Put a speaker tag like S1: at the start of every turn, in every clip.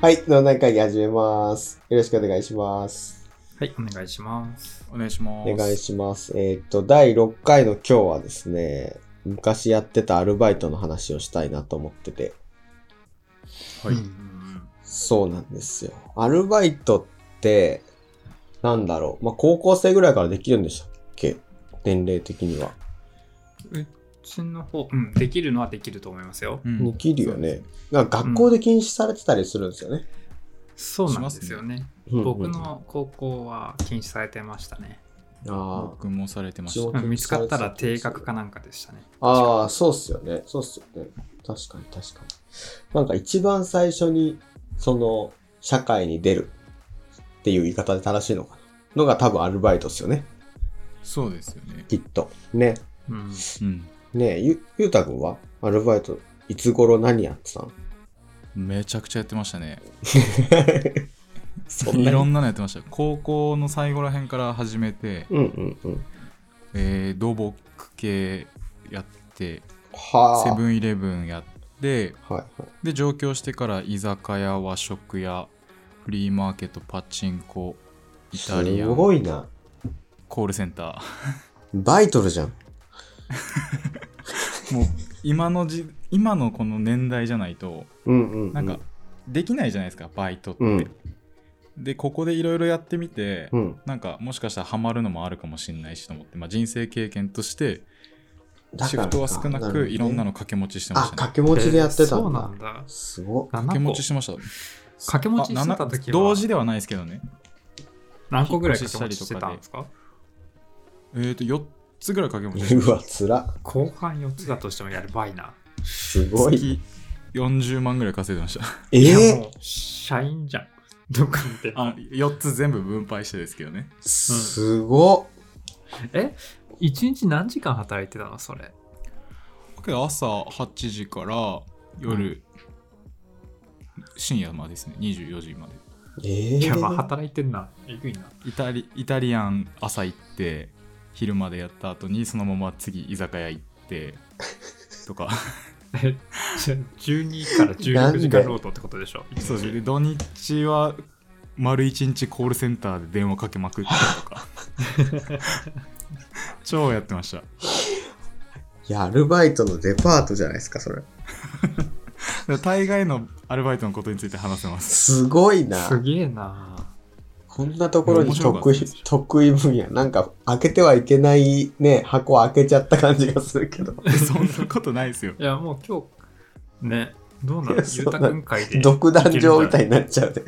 S1: はい、脳内会議始めます。よろしくお願いします。
S2: はい、お願いします。。
S3: お願いしま
S1: お
S3: す。
S1: 願いします。えーっと、第6回の今日はですね、昔やってたアルバイトの話をしたいなと思ってて。
S3: はい
S2: ん
S3: ううん
S1: そうなんですよ。アルバイトって、なんだろう。まあ、高校生ぐらいからできるんでしたっけ年齢的には。
S2: うちの方、うん、できるのはできると思いますよ。
S3: う
S1: で
S3: ん
S1: きるよね。なんか学校で禁止されてたりするんですよね。
S2: そうなんですよね。
S1: うんうん
S2: 僕。の高校は禁止されてましたね。
S1: ああ。
S3: 僕もされてまし
S1: う
S3: た
S1: ん。
S2: うん見つかったら定額かなんかでしたね。
S1: ああ、そうっすよね。そうっすよね。確かに確かに。なんか一番最初に、その、社会に出るっていう言い方で正しいのかな。のが多分アルバイトっすよね。
S3: そうですよね。
S1: きっと。ね。
S2: うん。
S3: うん。
S1: ねえ、ゆ、ゆうたくんはアルバイト、いつ頃何やってたの
S3: めちゃくちゃやってましたね。
S1: そ
S3: いろ
S1: に
S3: んなのやってました。高校の最後らへんから始めて、
S1: うんうんうん。
S3: えー、土木系やって、
S1: はあ。
S3: セブンイレブンやって、
S1: はいはい。
S3: で、上京してから居酒屋、和食屋、フリーマーケット、パチンコ、イタリア
S1: す
S3: ン、
S1: ご
S3: コ
S1: いな。
S3: ールセンタ
S1: バイトルじゃん。
S3: ー。も う、今のじ、今のこの年代じゃないと、
S1: うんうん、うん。
S3: なんか、できないじゃないですか、バイトって。
S1: うん
S3: で、ここでいろいろやってみて、
S1: うん。
S3: なんかもしかしたらハマるのもあるかもしれないしと思って、まあ、人生経験として
S1: だ
S3: シ
S1: から
S3: フ
S1: か
S3: トは少
S1: るほ
S3: な
S1: ど
S3: く
S1: ね
S3: いろんなの掛け持ちしてま
S1: あ、
S3: したね。
S1: 掛け持ちでやってた
S2: そうんな
S1: だ
S2: ん。だ。
S1: すごっ。
S2: 掛
S3: 掛け持ちしてました。
S2: 掛け持ちしてた時
S3: あな
S2: は
S3: 同時ではないですけどね。
S2: 何個ぐらい掛け持ちしてたんですか
S3: えっ、と4つぐらい掛け持ちしてま
S1: う
S3: した
S1: わ、つら。
S2: 後半4つだとしてもやばいな。
S1: すごい。
S3: 月40万ぐらい稼いでました。
S1: え
S2: いや
S1: ー、
S2: もう、社員じゃん。どっか見ても。
S3: あ4つ全部分配してですけどね。
S1: すごっ
S2: え ?1 日何時間働いてたのそれ。
S3: けど朝8時から夜、深夜までですね、24時まで。
S1: え
S2: い
S1: ー、
S2: や、まあ働いてんな。えぐいな。
S3: イタリイタリアン朝行って昼までやった後にそのまま次居酒屋行って とか
S2: え じゃあ12から16時間労働ってことでしょ
S3: そうですねで土日は丸一日コールセンターで電話かけまくってとか 超やってました
S1: いや、アルバイトのデパートじゃないですか、それ。
S3: で大概のアルバイトのことについて話 せます
S1: すごいな。
S2: すげえな
S1: こんなところに
S3: 面白かった
S1: 得意
S3: です、
S1: 得意分野。なんか、開けてはいけないね、箱を開けちゃった感じがするけど。
S3: そんなことない ですよ
S2: いやもう今日ねどうなの
S1: いや
S2: ゆうたくん会 で
S1: 独壇場みたいになっちゃうで。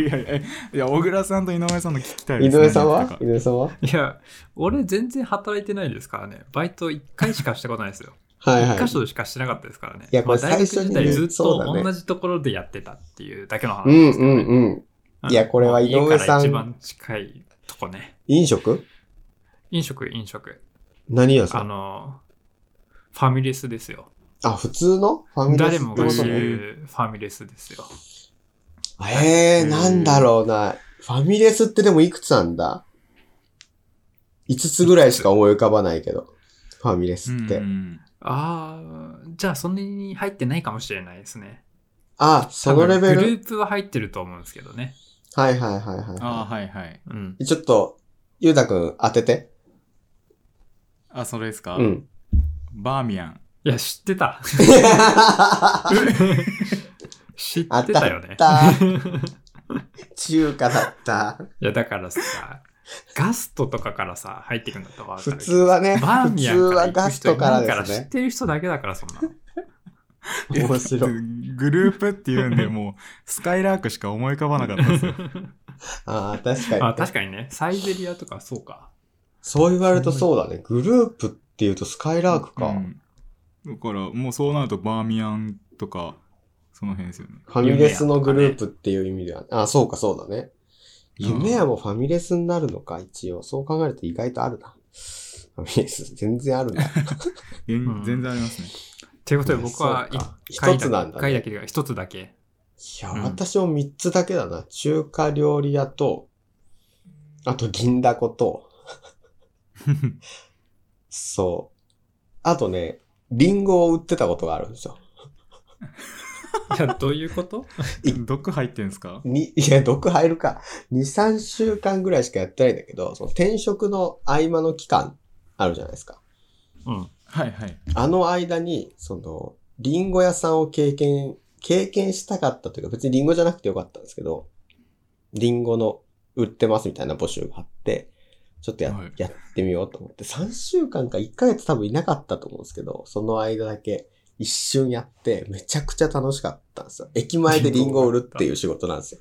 S3: いやいやいや小倉さんと井上さんの聞きたい
S1: 井
S3: です
S1: 上さんは
S3: 何
S1: 井
S3: 言って
S1: 上さんはい
S2: や俺全然働いてないですからねバイト1回しかしたことないですよ
S1: はいは
S2: 1
S1: い
S2: 箇。所しかしてなかったですからね
S1: いやこれ
S2: まあ大学
S1: 最初に
S2: 時
S1: ね
S2: 代ずっ
S1: そうだ
S2: と
S1: ね
S2: 同じところでやってたっていうだけの話
S1: う
S2: で
S1: ん
S2: す
S1: う
S2: けどね
S1: んうん。
S2: う
S1: いやこれは井上さん
S2: 家から一番近いとこね
S1: 飲食
S2: 飲食飲食
S1: 何屋さ
S2: あ
S1: ん
S2: のファミレスですよ
S1: あ普通のファミレス
S2: 誰もが知
S1: って
S2: るファミレスですよ
S1: ことねえー、なんだろうな。ファミレスってでもいくつなんだ ?5 つぐらいしか思い浮かばないけど。ファミレスっ
S3: う
S1: て。
S3: ん
S2: ああ、じゃあそんなに入ってないかもしれないですね。
S1: あ、そのレベ
S2: 多分
S1: ル
S2: グループは入ってると思うんですけどね。
S1: はいはいはいはい。
S3: ああはいはい
S2: うん。
S1: ちょっと、ゆうたくん当てて。
S3: あそれですか、
S1: うん。
S3: バーミヤン
S2: いや、知ってた。 知
S1: あ
S2: っ
S1: ってた
S2: たよ
S1: あ
S2: ね
S1: っ。た。中華だった。
S2: いや、だからさ、ガストとかからさ、入ってくんだったらわか
S1: 普
S2: るけ
S1: 通
S2: ど。
S1: はね、
S2: バー
S1: 普
S2: ミ
S1: 通
S2: ヤンから
S1: は
S2: 行く
S1: ガス
S2: 人
S1: ト
S2: い
S1: から
S2: ない
S1: で
S2: から知
S1: す
S2: っ
S1: ね。
S2: てる人だけだから、そんなの。
S1: 面白い。
S3: グループっていうんで、もう、スカイラークしか思い浮かばなかったですよ。
S1: ああ、確かに。
S2: あ、確かにね。サイゼリアとかそうか。
S1: そう言われるとそうだね。グループっていうとスカイラークか。
S3: うんだから、もうそうなると、バーミヤンとか、その辺ですよね。
S1: ファミレスのグループっていう意味では、あ、そうかそうだね。夢屋もファミレスになるのか、一応。そう考えると意外とあるな。ファミレス、全然あるな。
S3: げん
S2: うん
S3: 全然ありま すね。
S2: ということで、僕は
S1: そうか
S2: 一回
S1: 一つな
S2: だ
S1: んだね
S2: け、一回だけで、一つだけ。
S1: いや、
S2: うん
S1: 私も3つだけだな。中華料理屋と、あと銀だこと、そう。あとね、リンゴを売ってたことがあるんですよ。
S2: いや、どういうこと
S3: 毒入ってんすか
S1: に、いや、毒入るか。2、3週間ぐらいしかやってないんだけど、その転職の合間の期間あるじゃないですか。
S2: うん。
S3: はいはい。
S1: あの間に、その、リンゴ屋さんを経験、経験したかったというか、別にリンゴじゃなくてよかったんですけど、リンゴの売ってますみたいな募集があって、ちょっとや,、
S3: はい
S1: やってみようと思って、3週間か1ヶ月多分いなかったと思うんですけど、その間だけ一瞬やって、めちゃくちゃ楽しかったんですよ。駅前でリンゴを売るっていう仕事なんですよ。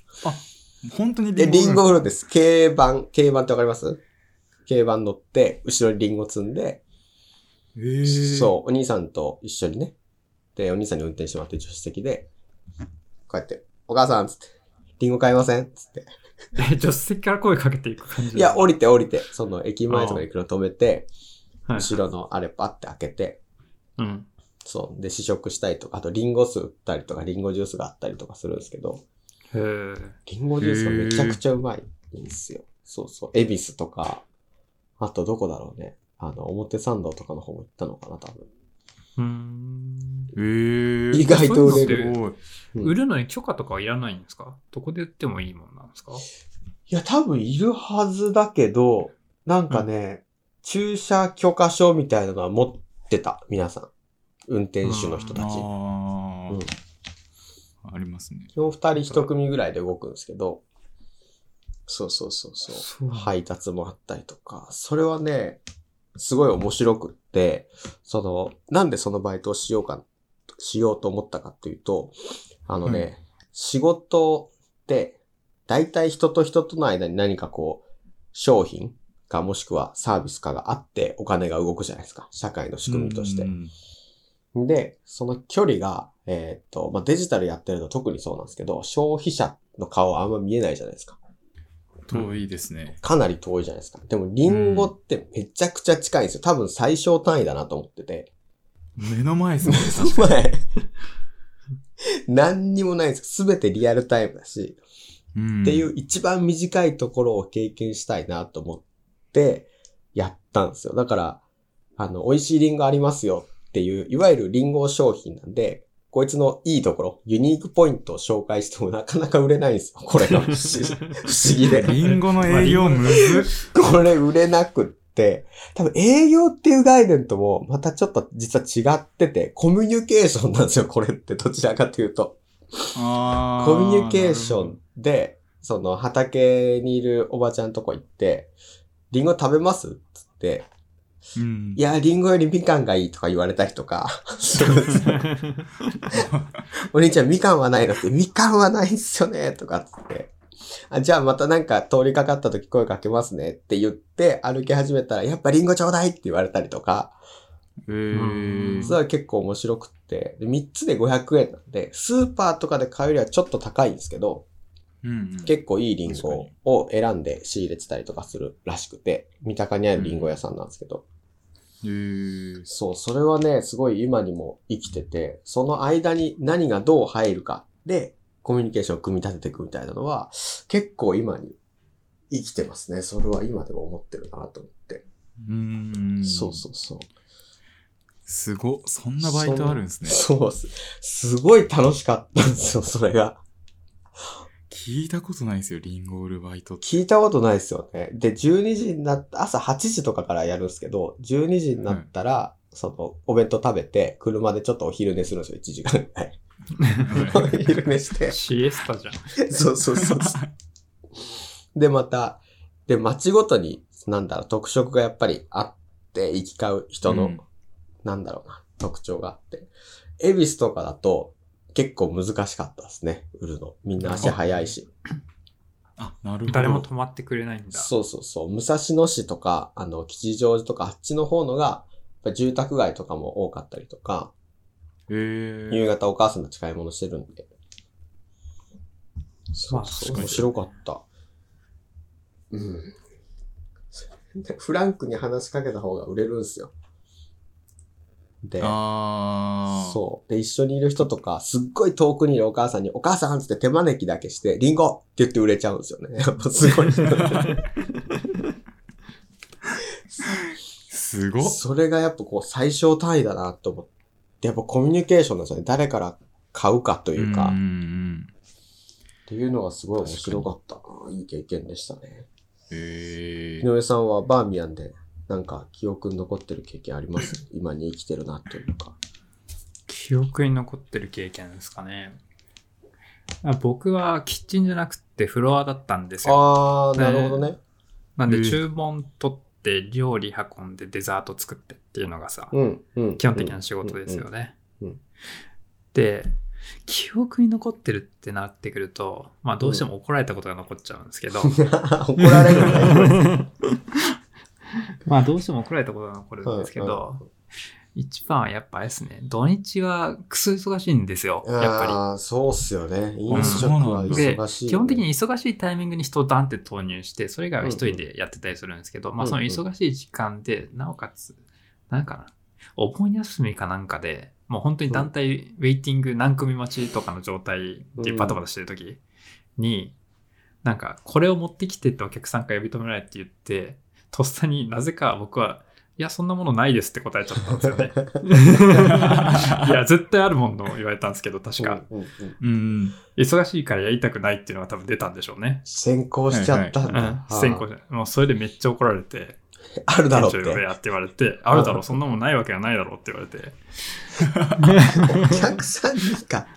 S3: 本当に
S1: で、リンゴを売
S3: 売る
S1: るんです。軽バン、軽バンってわかります軽バン乗って、後ろにリンゴ積んで、
S3: んですか。
S1: そう、お兄さんと一緒にね。で、お兄さんに運転してもらって助手席で、こうやって、お母さんっつって、リンゴ買いませんっつって。
S2: え、助手席から声かけていく感じ
S1: いや、、降りて降りて、その駅前とかに車止めて、
S2: はい、
S1: 後ろのあれパッて開けて、
S2: うん。
S1: そう、で試食したりとか、あとリンゴ酢売ったりとか、リンゴジュースがあったりとかするんですけど、
S2: へー
S1: リンゴジュースがめちゃくちゃうまいんですよ。そうそう、恵比寿とか、あとどこだろうね。あの、表参道とかの方も行ったのかな、多分。
S2: うーん。
S3: えー、
S1: 意外と売
S2: れる
S3: すごい
S1: うん
S2: 売るのに許可とかはいらないんですかどこで売ってもいいもんなんですか
S1: いや、多分いるはずだけど、なんかね、駐車許可証みたいなのは持ってた、皆さん。運転手の人た
S3: あ
S1: ち。
S3: ー、
S1: うん
S3: ありますね。
S1: 基本二人一組ぐらいで動くんですけど、そうそうそうそう。
S2: そうい。
S1: 配達もあったりとか、それはね、すごい面白くって、その、なんでそのバイトをしようか、しようと思ったかっていうと、あのね、
S3: うん
S1: 仕事って、大体人と人との間に何かこう、商品かもしくはサービスかがあってお金が動くじゃないですか。社会の仕組みとして
S3: う。ん
S1: で、その距離が、えーっと、まあ、デジタルやってると特にそうなんですけど、消費者の顔あんま見えないじゃないですか。
S3: 遠いですね。
S1: かなり遠いじゃないですか。でも、リンゴってめちゃくちゃ近いんですよ。多分最小単位だなと思ってて。
S3: 目の前です ね。確かに
S1: 前。何にもないんですよ。すべてリアルタイムだし。
S3: うん
S1: っていう一番短いところを経験したいなと思って、やったんですよ。だから、あの、美味しいリンゴありますよっていう、いわゆるリンゴ商品なんで、こいつのいいところ、ユニークポイントを紹介してもなかなか売れないんですよ。これが不思 議不思議で。
S3: リンゴの営業むず
S1: これ売れなくって、多分営業っていう概念ともまたちょっと実は違ってて、コミュニケーションなんですよ、これって。どちらかというと。
S3: あ
S1: コミュニケーションで、その畑にいるおばちゃんとこ行って、リンゴ食べますつって、
S3: ン。うん
S1: いや、リンゴよりみかんがいいとか言われたりとか、するんですよお兄ちゃんみかんはないのって、みかんはないんすよねとかっつって。あじゃあまたなんか通りかかった時声かけますねって言って歩き始めたらやっぱリンゴちょうだいって言われたりとか、
S3: えー、
S1: それは結構面白くって、で3つで500円なんで、スーパーとかで買うよりはちょっと高いんですけど、
S3: うん
S1: 結構いいリンゴを選んで仕入れてたりとかするらしくて、三鷹にあるリンゴ屋さんなんですけど、
S3: えー、
S1: そう、それはね、すごい今にも生きてて、その間に何がどう入るかで、コミュニケーションを組み立てていくみたいなのは、結構今に生きてますね。それは今でも思ってるなと思って。
S3: うん。
S1: そうそうそう。
S3: すごっ、そんなバイトあるんですね。
S1: そうっす。すごい楽しかったんですよ、 それが。
S3: 聞いたことないですよ、リンゴ売るバイ トって。
S1: 聞いたことないですよね。で、12時になった、朝8時とかからやるんですけど、12時になったら、その、お弁当食べて、車でちょっとお昼寝するんですよ、1時間ぐら い。お昼寝して。
S2: シエスタじゃん。
S1: そうそうそう。で、また、で、街ごとに、なんだろう、特色がやっぱりあって、行き交う人の、
S3: うん
S1: なんだろうな、特徴があって。恵比寿とかだと、結構難しかったですね、売るの。みんな足早いし。
S3: あ、なるほど。
S2: 誰も止まってくれないんだ。
S1: そうそうそう。武蔵野市とか、あの、吉祥寺とか、あっちの方のが、やっぱ住宅街とかも多かったりとか、
S3: えー、
S1: 夕方お母さんたち買い物してるんで。そうそう、
S3: まあ
S1: 面白かった。うん。フランクに話しかけた方が売れるんすよ。で、
S3: あー。
S1: そう。で、一緒にいる人とか、すっごい遠くにいるお母さんに、お母さんっつって手招きだけして、リンゴって言って売れちゃうんですよ ね。やっぱすごい。
S3: すごっ。
S1: それがやっぱこう最小単位だなと思って、やっぱコミュニケーションなんですよね。誰から買うかと
S3: と
S1: いうか、
S3: うん
S1: っ
S3: うん
S1: ていうのがすごい面白かったな。いい経験でしたね。
S3: え
S1: 井上さんはバーミヤンで、なんか記憶に残ってる経験あり ます今に生きてるなというか。
S2: 記憶に残ってる経験ですかね。あ僕はキッチンじゃなくてフロアだったんですよ。
S1: あー、なるほどね。
S2: なん
S3: え
S2: で
S3: ー
S2: 注文取って料理運んでデザート作ってっていうのがさ、
S1: うん、うん。
S2: 基本的な仕事ですよね
S1: うんうんうん。
S2: で、記憶に残ってるってなってくると、まあどうしても怒られたことが残っちゃうんで すけど、
S1: うん。 怒られるね。
S2: まあどうしても怒られたことが残るんですけど、一番はやっぱあれですね、土日はくそ忙しいんですよ、
S1: うん、
S2: やっぱ
S1: あーそうっすよね。飲食は
S2: り。で、
S1: 忙しい、ね
S2: 基本的に忙しいタイミングに人をダンって投入して、それ以外は一人でやってたりするんですけど、まあその忙しい時間で、なおかつ、なんかな、お盆休みかなんかで、もう本当に団体、ウェイティング何組待ちとかの状態でバタバタしてる時に、なんか、これを持ってきてってお客さんから呼び止められって言って、とっさになぜか僕は、いや、そんなものないですって答えちゃったんですよね。 いや、絶対あるもんと言われたんですけど、確か。
S1: うんうんうん
S3: うんうん
S2: 忙しいからやりたくないっていうのが多分出たんでしょうね。
S1: 先行しちゃったん
S2: う
S1: だ。
S2: ん
S1: あ、ー
S2: 先行じゃないもうそれでめっちゃ怒られて、
S1: あるだろうっ
S2: 店
S1: て
S2: 長。呼べ やって言われて、あるだろ、そんなもんないわけがないだろうって言われて、
S1: お客さんですか。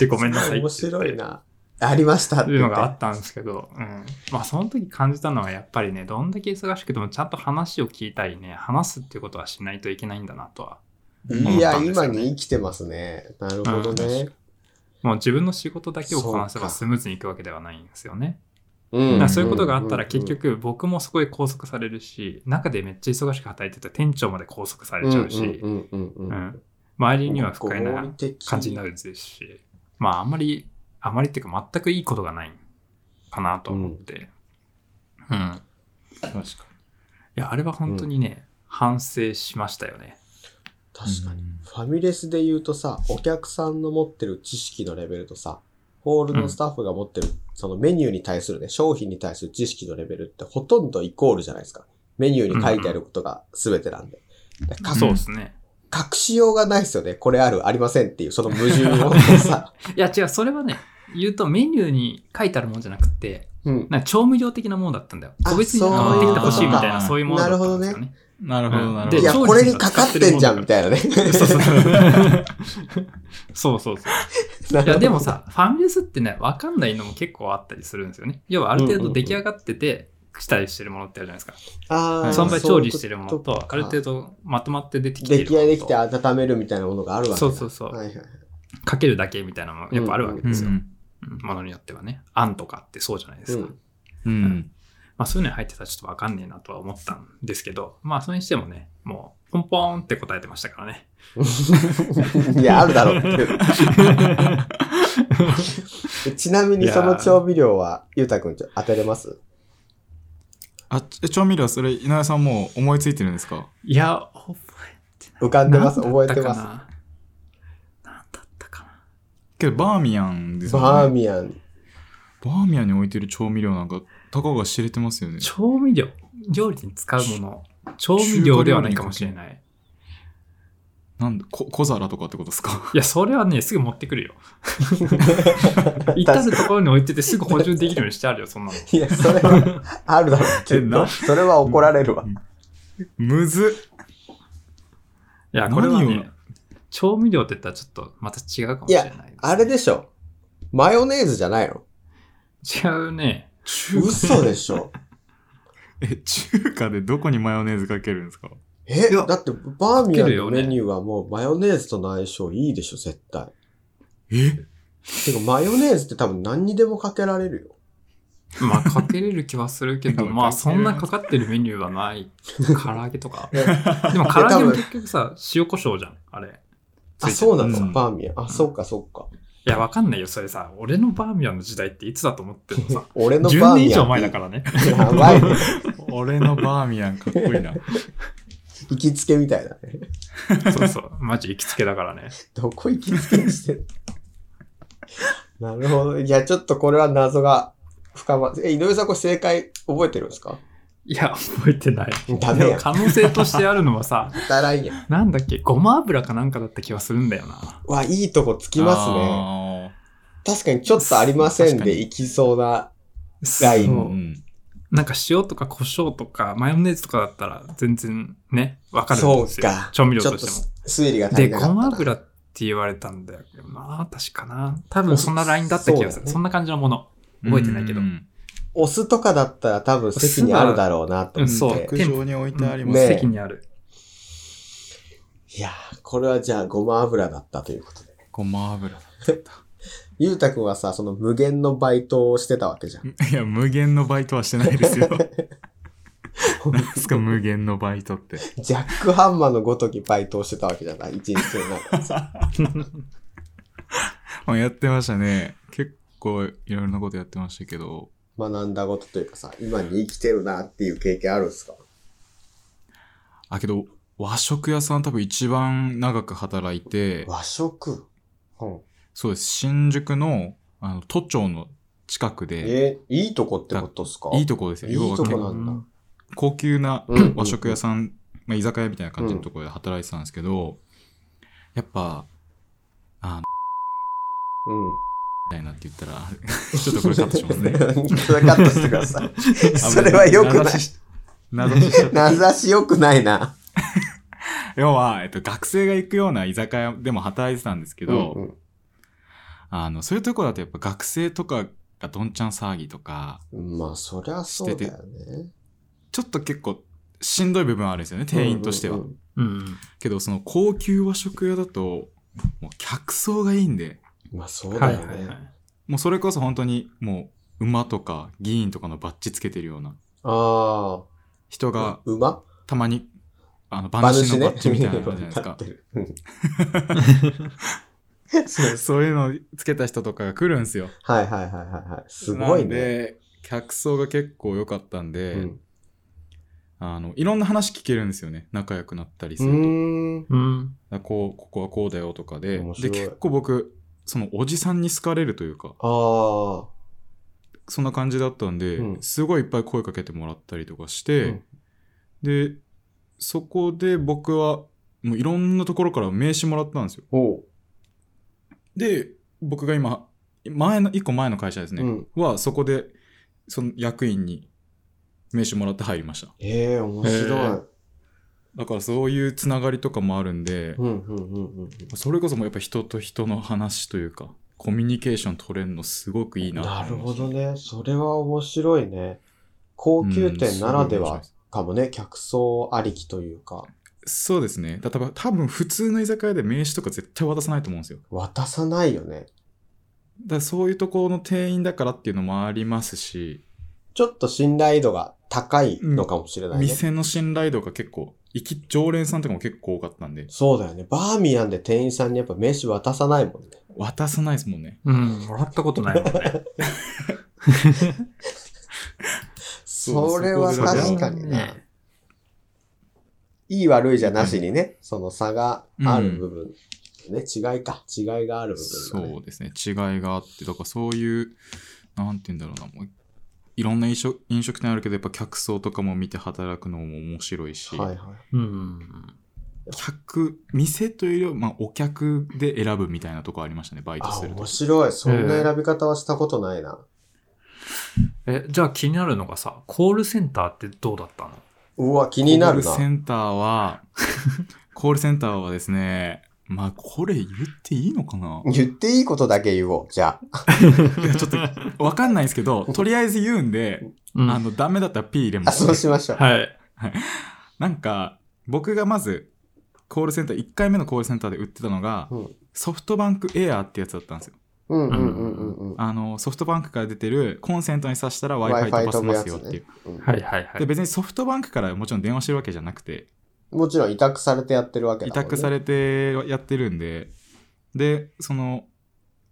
S2: で、ごめんなさいって言
S1: 面
S2: って。
S1: 白 いな。ありましたっ
S2: ってていう
S1: 言っ
S2: の
S1: て。
S2: があったんですけど、うん、まあその時感じたのはやっぱりねどんだけ忙しくてもちゃんと話を聞いたりね話すっていうことはしないといけないんだなとは
S1: いうや、
S2: ん
S1: 今に生きてますね。なるほどね。
S2: もう自分の仕事だけをこなせ
S1: そうか
S2: ばスムーズにいくわけではないんですよね
S1: う
S2: だ
S1: ん
S2: からそういうことがあったら結、
S1: うん
S2: 局僕もそこで拘束されるし中でめっちゃ忙しく働いてた店長まで拘束さ
S1: う
S2: れ
S1: ん
S2: ちゃうし
S1: うんうんうんう
S2: うんん周りには不快
S1: 合理
S2: な
S1: 的
S2: 感じになるですしまああんまりあまりっていうか全くいいことがないかなと思ってうん
S3: 確かに
S2: いや、あれは本当にね、反省しましたよね。
S1: 確かに。
S3: うん
S1: ファミレスで言うとさ、お客さんの持ってる知識のレベルとさ、ホールのスタッフが持ってる、そのメニューに対するね、商品に対する知識のレベルってほとんどイコールじゃないですか。メニューに書いてあることが全てなんで。だから
S3: うん
S2: そうですね。
S1: 隠しようがないですよね。これある、ありませんっていう、その矛盾をさ。
S2: いや、違う、それはね、言うとメニューに書いてあるものじゃなくて、
S1: うん。
S2: なんか調味料的なものだったんだよ。
S1: あ
S2: 個別になんか持ってきてほしいみたいな、
S3: そ
S2: そういうものだったんですよね。
S3: なるほどなる
S2: で
S3: ほ
S1: いや、
S3: ど
S1: これにかかってんじゃん、みたいなね。
S2: そうそうそう。そう そうそう。
S1: ない
S2: や、でも、さ、ファミレスってね、わかんないのも結構あったりするんですよね。要はある程度出来上がってて、したりしてるものってあるじゃないですか。
S1: あー
S2: その場で調理してるもの、
S1: そういうこと
S2: ある程度まとまって出てきて
S1: 出
S2: る
S1: 来合いできて
S2: もの
S1: 温めるみたいなものがあるわけだ
S2: そうそうそう
S1: はいはい。
S2: とかけるだけみたいなのもやっぱあるわけ
S3: う
S2: ですよ。
S3: ん
S2: うんものによってはね。あんとかってそうじゃないですか。
S1: うん
S3: うん
S2: まあそういうのに入ってたらちょっとわかんねえなとは思ったんですけど、まあそれにしてもね、もうポンポーンって答えてましたから ね。
S1: いや、あるだろうっていう。ちなみにその調味料は、ゆうたくんちょ当てれます
S3: あえ調味料それ井上さんもう思いついてるんですか
S2: いや、覚
S1: 浮か
S2: え
S1: んでます覚えてま
S2: す。なんだったかな。
S3: けどバーミヤンです
S1: す
S3: よね
S1: バーミヤ ン。
S3: バーミヤンに置いてる調味料なんかたかが知れてますよね
S2: 調味料料理に使うもの。調味料ではないかもしれない。
S3: なんだこ小皿とかってことですか
S2: いや、それはね、すぐ持ってくる よ。至るところに置いててすぐ補充できるようにしてあるよ、そ んなの。
S1: いや、それは、あるだろうっていう
S3: えな
S1: それは怒られるわ。
S3: むずっ
S2: いや、これは
S3: 何を
S2: ね、調味料って言ったらちょっとまた違うかも
S1: い
S2: しれな
S1: や
S2: いですね、
S1: あれでしょ。マヨネーズじゃないの
S2: 違うね。
S3: 中華
S1: 嘘でしょ。
S3: え中華でどこにマヨネーズかけるんですか
S1: え、
S2: いや
S1: だってバーミヤンの
S2: かけるよね
S1: メニューはもうマヨネーズとの相性いいでしょ、絶対。
S3: え
S1: てかマヨネーズって多分何にでもかけられるよ。
S2: まあ、かけれる気はするけ ど、
S3: いや
S2: まあ、
S3: かけ
S2: そ
S3: れる
S2: んなかかってるメニューはない。 唐揚げとか。
S1: ね
S2: でも、唐揚げ
S1: いや多
S2: も
S1: 分
S2: 結局さ、塩コショウじゃん、あれ。
S1: あ、そうな
S2: の
S1: の、
S3: うん
S1: バーミヤン。あ、そうか、そうか。。
S2: いや、わかんないよ、それさ。俺のバーミヤンの時代っていつだと思ってるの さ
S1: 俺の
S2: 10
S1: バー
S2: 年以
S1: ミヤン。
S2: 上前だからね。
S1: やばいね。
S3: 俺のバーミヤンかっこいいな
S1: 行きつけみたいだね。
S2: そうそう。マジ行きつけだからね。
S1: どこ行きつけにしてる なるほど。いや、ちょっとこれは謎が深まって。え、井上さんこれ正解覚えてるんですか
S2: いや、覚えてない。
S1: ダメやん
S2: でも可能性としてあるの はさ、
S1: 働いやん。
S2: なんだっけ、ごま油かなんかだった気はするんだよな。
S1: わ、いいとこつきますね。
S3: ね。
S1: 確かにちょっとありません
S2: 確か
S1: で
S2: に
S1: いきそうな。ラ
S2: そ
S1: イン
S3: う。
S2: うんなんか塩とか胡椒とかマヨネーズとかだったら全然ね、わかるんです
S1: そう
S2: よ
S1: か。
S2: 調味料
S1: ちょ
S2: と
S1: っと
S2: しても。
S1: 推理が足
S2: で、
S1: りなか
S2: ご
S1: った
S2: ま
S1: な。
S2: 油って言われたんだよ。まあ、確かな。多分そんなラインだった気がす
S1: そうだ
S2: る。
S1: ね
S2: そんな感じのもの。覚えてないけど
S3: うん
S1: お酢とかだったら多分席にあるだろうなと思って。
S2: お酢はうんそう
S3: 屋上に置いてあります
S1: ねえ
S2: 席にある。
S1: いやー、これはじゃあごま油だったということで。
S3: ごま油。
S1: ゆうたくんはさ、その無限のバイトをしてたわけじゃん。
S3: いや、無限のバイトはしてないですよ。なんすか、無限のバイトって。
S1: ジャックハンマーのごときバイトをしてたわけじゃない一日の中でさ。
S3: まあやってましたね。結構いろいろなことやってましたけど。
S1: 学んだことというかさ、今に生きてるなっていう経験あるんすか
S3: あ、けど、和食屋さん多分一番長く働いて、
S1: 和食うん。
S3: そうです。新宿の、あの、都庁の近くで、
S1: えー、いいとこってことっすか
S3: いいとこですよ。
S1: いいとこ
S3: 要は
S1: な
S3: 結
S1: んだ
S2: うん
S3: 構高級な
S1: うん
S3: 和食屋さん、まあ、居酒屋みたいな感じのところで働いてたんですけど、やっぱ、
S1: うん。
S3: みたいなって言ったら、 ちょっとこれカットしますね。
S1: それカットしてくだ さい。それは良くない。
S3: 名指 ししちゃった
S1: 名指し良くないな。
S3: 要は、えっと、学生が行くような居酒屋でも働いてたんですけど、
S1: うん
S3: あの、そういうとこだとやっぱ学生とかがどんちゃん騒ぎとか、
S1: うんまあ、そりゃそうだよね。
S3: ちょっと結構しんどい部分はあるんですよね、店員としては。
S1: うんうんうん
S2: うん。
S3: けど、その高級和食屋だと、もう客層がいいんで、
S1: まあ、そう
S2: は
S1: だ
S2: い
S1: よ
S2: はいは
S1: ね。
S2: い。
S3: もうそれこそ本当にもう馬とか議員とかのバッジつけてるような
S1: あ
S3: 人
S1: あ
S3: が。
S1: 馬
S3: たまに、あの、
S1: 馬
S3: 馬主
S1: 主
S3: の
S1: ね。
S3: バッジみたいなのあるじゃないです
S1: 飼
S3: か
S1: っ。てる。うんそう
S3: そういうのつけた人とかが来るんですよ。
S1: はいはいはいはいはい。すごい
S3: な
S1: ね。
S3: んで、客層が結構良かったんで、
S1: うん
S3: あの、いろんな話聞けるんですよね。仲良くなったりす
S1: う
S3: ると。
S1: ーん。
S2: うん。
S3: だからこう、ここはこうだよとかで
S1: 面、白
S3: で、
S1: い
S3: 結構僕、そのおじさんに好かれるというか、
S1: ああ。
S3: そんな感じだったんで、
S1: うん
S3: すごいいっぱい声かけてもらったりとかして、
S1: うん
S3: で、そこで僕は、もういろんなところから名刺もらったんですよ。
S1: おう。
S3: で、僕が今、前の、一個前の会社ですね、
S1: うん
S3: は、そこで、その役員に名刺もらって入りました。
S1: ええ、面
S3: へ
S1: 白い
S3: ー。だからそういうつながりとかもあるんで、
S1: うんうんうんうん
S3: それこそもうやっぱ人と人の話というかコミュニケーション取れるのすごくいい
S1: うん。
S3: な
S1: な
S3: と
S1: る
S3: 思
S1: ほ
S3: いました
S1: どね。それは面白いね。高級店ならで
S3: うんすごい面白い
S1: は
S3: す
S1: かもね、客層ありきというか、
S3: そうですねだから多分普通の居酒屋で名刺とか絶対渡さないと思うんですよ
S1: 渡さないよね。
S3: だからそういうところの店員だからっていうのもありますし、
S1: ちょっと信頼度が高いのかもしれないね。
S3: 店の信頼度が結構行き常連さんとかも結構多かったんで
S1: そうだよね。バーミヤンで店員さんにやっぱ名刺渡さないもんね。
S3: 渡さないですもんね
S2: うん。もらったこと ないもんね。
S3: そう
S1: それは
S3: そこで
S1: 確かにな。。いい悪いじゃなしにね、その差がある部分。ね、違いか。違いがある部分だね。
S3: そうですね違いがあってだからそういうなんて言うんだろうなもういろんな飲食飲食店あるけどやっぱ客層とかも見て働くのも面白いし、
S1: はいはい。
S2: うん。
S3: 客店というよりは、まあ、お客で選ぶみたいなとこありましたねバイト
S1: あ、
S3: すると
S1: 面白い。そんな選び方はしたことないな。
S2: え、じゃあ気になるのがさ、コールセンターってどうだったの
S1: うわ、気になる
S3: コー
S1: な
S3: ルセ。ンターは コールセンターはですねまあこれ言っていいのかな
S1: 言っていいことだけ言おう。じゃあ。
S3: いやちょっとわかんないですけ どとりあえず言うんで
S2: うん
S3: あのダメだったら P 入れま
S1: あ、
S3: す
S1: そうしましょう。
S2: はい。
S3: なんか僕がまずコールセンター1回目のコールセンターで売ってたのが
S1: うん
S3: ソフトバンクエアーってやつだったんですよ
S1: うんうんうんうんうん。
S3: あのソフトバンクから出てるコンセントに挿したら w i f i 飛ばせますよっていう
S1: うん
S2: はいはいは
S3: で
S2: い。
S3: 別にソフトバンクからもちろん電話してるわけじゃなくて
S1: もちろん委託されてやってるわけ
S3: 委
S1: だもんね。
S3: 託されてやってるんででその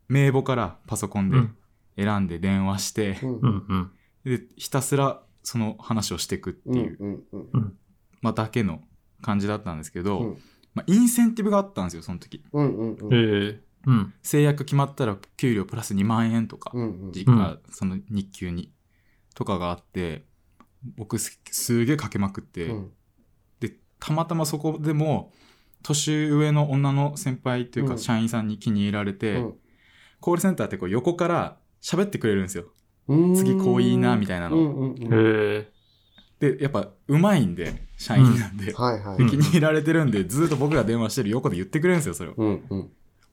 S3: 名簿からパソコン
S2: う
S3: で
S2: ん。
S3: 選んで電話して
S1: う、ん
S2: う
S1: うん
S2: んうん。
S3: でひたすらその話をしていくって
S1: う
S3: いう、
S1: んうんうん。
S3: まあ、だけの感じだったんですけど、
S1: うん
S3: まあ、インセンティブがあったんですよその時
S1: うんうんうん。
S2: ええうん。
S3: 制約決まったら給料プラス2万円とか、
S1: うんうん
S3: 時価その日給にとかがあって僕すすげえかけまくって、
S1: うん。
S3: でたまたまそこでも年上の女の先輩という
S1: う
S3: か
S1: ん
S3: 社員さんに気に入られて、
S1: うん
S3: コールセンターってこう横から喋ってくれるんですよ
S1: うん
S3: 次こういいなみたいなの、
S1: うんうんうん
S2: へ
S3: でやっぱうまいんで社員なんで、
S1: はいはい
S2: うん
S3: 気に入られてるんでずっと僕が電話してる横で言ってくれるんですよそれを
S1: うんうん。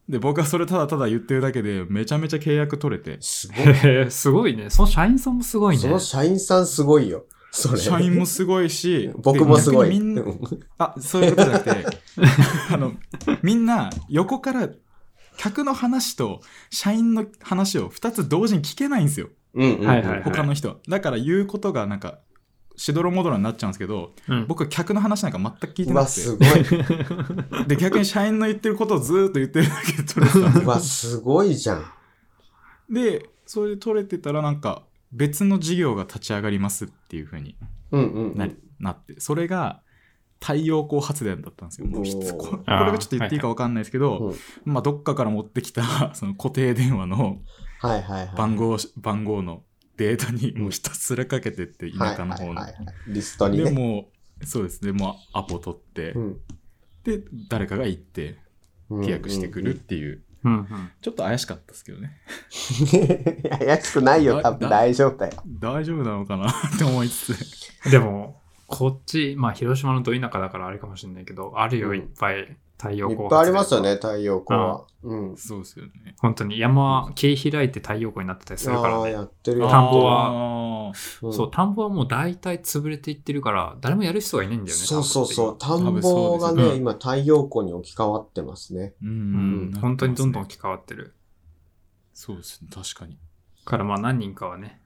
S3: で僕はそれただただ言ってるだけでめちゃめちゃ契約取れて
S1: すごい。
S2: え。へえ、 すごいね。その社員さんもすごいね。
S1: その社員さんすごいよ。それ。
S3: 社員もすごいし
S1: 僕もすごい。
S3: で逆にみん
S1: うん
S3: あそういうことじゃなくて あのみんな横から客の話と社員の話を2つ同時に聞けないんですよ
S1: うんうん。
S2: はいはい
S3: 他の人は、だから言うことがなんかしどろもどろになっちゃうんですけど
S2: うん、
S3: 僕は客の話なんか全く聞いうてな
S1: わ、
S3: くて
S1: すごい。
S3: で逆に社員の言ってることをずーっと言ってるだけで取れてたんです
S1: うわ、すごいじゃん。
S3: でそれで取れてたらなんか別の事業が立ち上がりますっていう風に
S1: うんうんう
S3: な,、
S1: ん。
S3: なってそれが太陽光発電だったんですよもうし
S1: おー
S3: つここれがちょっと言っていいか分かんないですけど、
S1: はいはい
S3: まあ、どっかから持ってきた その固定電話の
S1: はいはいはい。
S3: 番号,、番号のデータにもうひたすらかけてって田舎の方の、
S1: はいはいはいはいリストに
S3: で
S1: ね。
S3: もうそうですねもうアポ取って、
S1: うん
S3: で誰かが行って
S1: うん
S3: 契約してくるっ。ていう、
S2: うんうん
S3: ちょっと怪しかったですけどね
S1: いや怪しくないよ、多分
S3: だ
S1: 大丈夫だよ。
S3: 大丈夫なの かなって思いつつ
S2: でも、こっち、まあ、広島のど田舎だからあれかもしれないけど、ある
S1: う
S2: よ、
S1: ん
S2: いっぱい太陽
S1: い
S2: 光
S1: っぱいありますよ
S2: 発電
S1: ね、太陽光は。うん。
S3: そうですよね
S2: 本当に山、切り開いて太陽光になってたりするから
S1: ああ、
S2: ね。
S1: やってる
S2: 田
S1: よ。
S2: んぼは
S3: は
S1: うん
S2: そう、田んぼはもう大体潰れていってるから、誰もやる人がいないんだよね。
S1: そうそうそう。
S2: 田
S1: 田んぼが
S3: 多分そうです
S1: ね、
S3: ね
S1: 今太陽光に置き換わってますね。
S3: うん
S2: んぼって。うん、本当にどんどん
S3: なって
S2: 置
S3: ますね
S2: き換わってる。
S3: そうですね確かに
S2: から、まあ、何人かはね、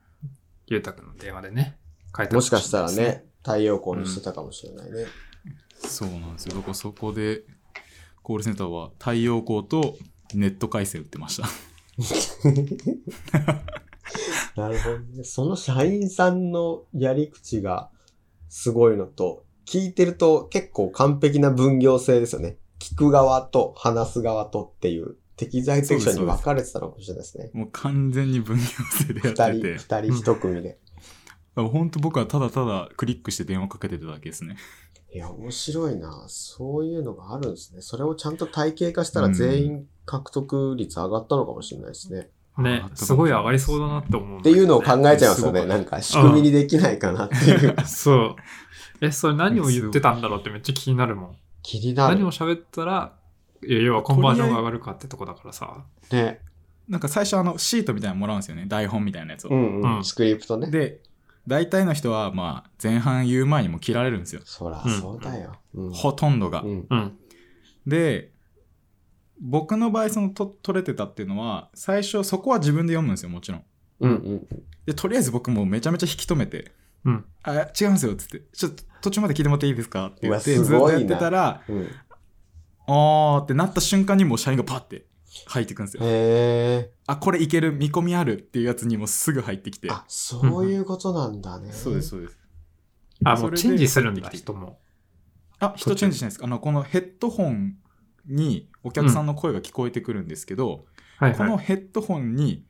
S2: ゆうたくんの電話でね、書いた
S1: もしかしたら
S2: もれないで
S1: ね、太陽光にしてたかもしれないね。
S3: そうなんですよだからそこでコールセンターは太陽光とネット回線売ってました
S1: なるほどね。その社員さんのやり口がすごいのと、聞いてると結構完璧な分業制ですよね。聞く側と話す側とっていう適材適所に分かれてたのかもしれないですね。
S3: もう完全に分業制で
S1: 二
S3: やって
S1: 人、
S3: て
S1: 二人一組で。
S3: 本当僕はただただクリックして電話かけてただけですね
S1: いや、面白いな。そういうのがあるんですね。それをちゃんと体系化したら全員獲得率上がったのかもしれないですね。
S2: すね。ね、すごい上がりそうだなって思う、
S1: っていうのを考えちゃいますよ
S3: う
S1: ね。
S3: ん
S1: なんか仕組みにできないかなっていう。
S2: そう。え、それ何を言ってたんだろうってめっちゃ気になるもん。
S1: 気にな
S2: 何
S1: る
S2: を。喋ったら、いや要はコンバージョンが上がるかってとこだからさ。
S1: ね。
S3: なんか最初あのシートみたいなのもらうんですよね台本みたいなやつを、
S1: うんう。
S2: うんん
S1: スクリプトね。
S3: で大体の人はまあ前半言う前にもう切られるんですよ
S1: そら、
S2: うん
S1: そうだよ。うん。
S3: ほとんどが、
S1: うん。
S2: うん。
S3: で僕の場合そのと取れてたっていうのは最初そこは自分で読むんですよもちろん
S1: うんうん。
S3: でとりあえず僕もうめちゃめちゃ引き止めて「
S2: うん
S3: あ違うんですよ」っつって「ちょっと途中まで聞いてもらっていいですか?」って言って
S1: うわ
S3: ず
S1: す
S3: っと
S1: ごいな
S3: やってたら
S1: うん。
S3: 「あー」ってなった瞬間にもう社員がパッて入ってくんですよ。
S1: へえ。
S3: あこれいける見込みあるっていうやつにもうすぐ入ってきて
S1: あ、そういうことなんだね。
S3: そうです。そうです
S2: あ、
S3: そ
S2: も
S3: れ
S2: う
S3: で
S2: チェンジするんだ、人も。
S3: あ人チェンジしないですかあのこのヘッドホンにお客さんの声が聞こえてくるんですけど、
S2: はい
S3: こ
S2: は
S3: の
S2: い。
S3: ヘッドホンに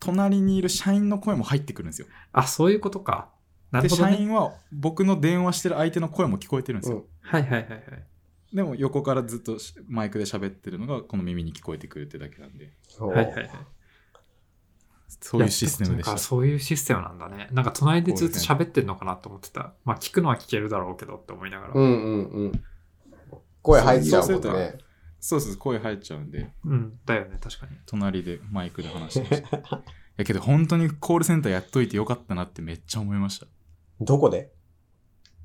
S3: 隣にいる社員の声も入ってくるんですよ。
S2: あ、そういうことか。な
S3: で
S2: るほど、
S3: 社
S2: ね。
S3: 員は僕の電話してる相手の声も聞こえてるんですよ。
S2: はいはいはいはい。
S3: でも横からずっとしマイクで喋ってるのがこの耳に聞こえてくるってだけなんで
S1: そう
S2: はいはいはい。
S3: そういうシステムでし
S2: なん
S3: た
S2: かそういうシステムなんだね。なんか隣でずっと喋ってんのかなと思ってた。まあ聞くのは聞けるだろうけどって思いながら。
S1: う
S2: うん。
S1: んうんうん。声入っちゃうもん
S3: そう
S1: ね。
S3: そうそう声入っちゃうんで
S2: だよね、確かに。
S3: 隣でマイクで話してましたい やけど本当にコールセンターやっといてよかったなってめっちゃ思いました
S1: どこで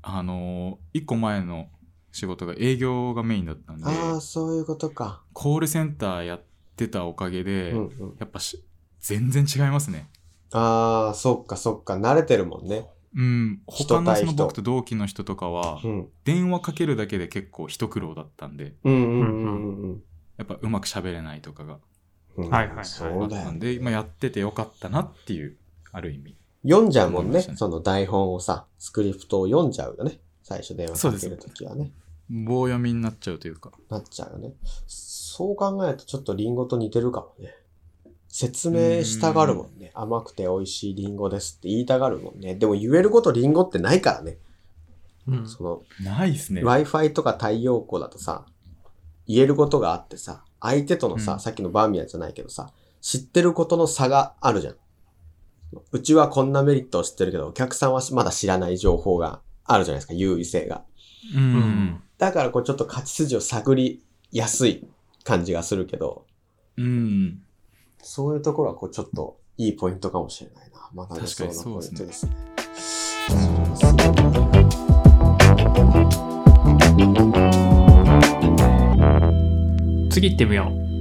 S3: あのー、一個前の仕事が営業がメインだったんで
S1: ああ、そういうことか。
S3: コールセンターやってたおかげ
S1: う
S3: で、
S1: んうん。
S3: やっぱし全然違いますね
S1: ああ、そっかそっか。慣れてるもんね。
S3: うん他
S1: 人
S3: の
S1: 対
S3: その
S1: 人
S3: 僕と同期の人とかは
S1: うん。
S3: 電話かけるだけで結構一苦労だったんで
S1: うんうんうんうん
S3: やっぱうまく喋れないとかが
S1: うん。
S2: はいはいはい
S1: そうだ
S3: な
S1: よ
S3: ん
S1: ね。
S3: で、今やっててよかったなっていう、ある意味。
S1: 読んじゃうもん
S3: 思いま
S1: ね
S3: した。ね
S1: その台本をさ、スクリプトを読んじゃうよね。最初電話かけるときはね。
S3: 棒読みになっちゃうというか。
S1: なっちゃうよね。そう考えるとちょっとリンゴと似てるかもね。説明したがるもんね。甘くて美味しいリンゴですって言いたがるもんね。でも言えることリンゴってないからね。
S2: うん
S1: その、
S3: ないっすね。
S1: Wi-Fi とか太陽光だとさ、言えることがあってさ、相手とのさ、
S3: うん
S1: さっきのバーミヤンじゃないけどさ、知ってることの差があるじゃん。うちはこんなメリットを知ってるけど、お客さんはまだ知らない情報があるじゃないですか、優位性が。
S3: うん。
S1: だからこうちょっと勝ち筋を探りやすい感じがするけど、
S3: うん。
S1: そういうところはこうちょっといいポイントかもしれないな。まだ
S3: 確かに
S1: そうなポイント
S3: そう
S1: で
S3: です
S1: ね。
S2: 次行ってみよう。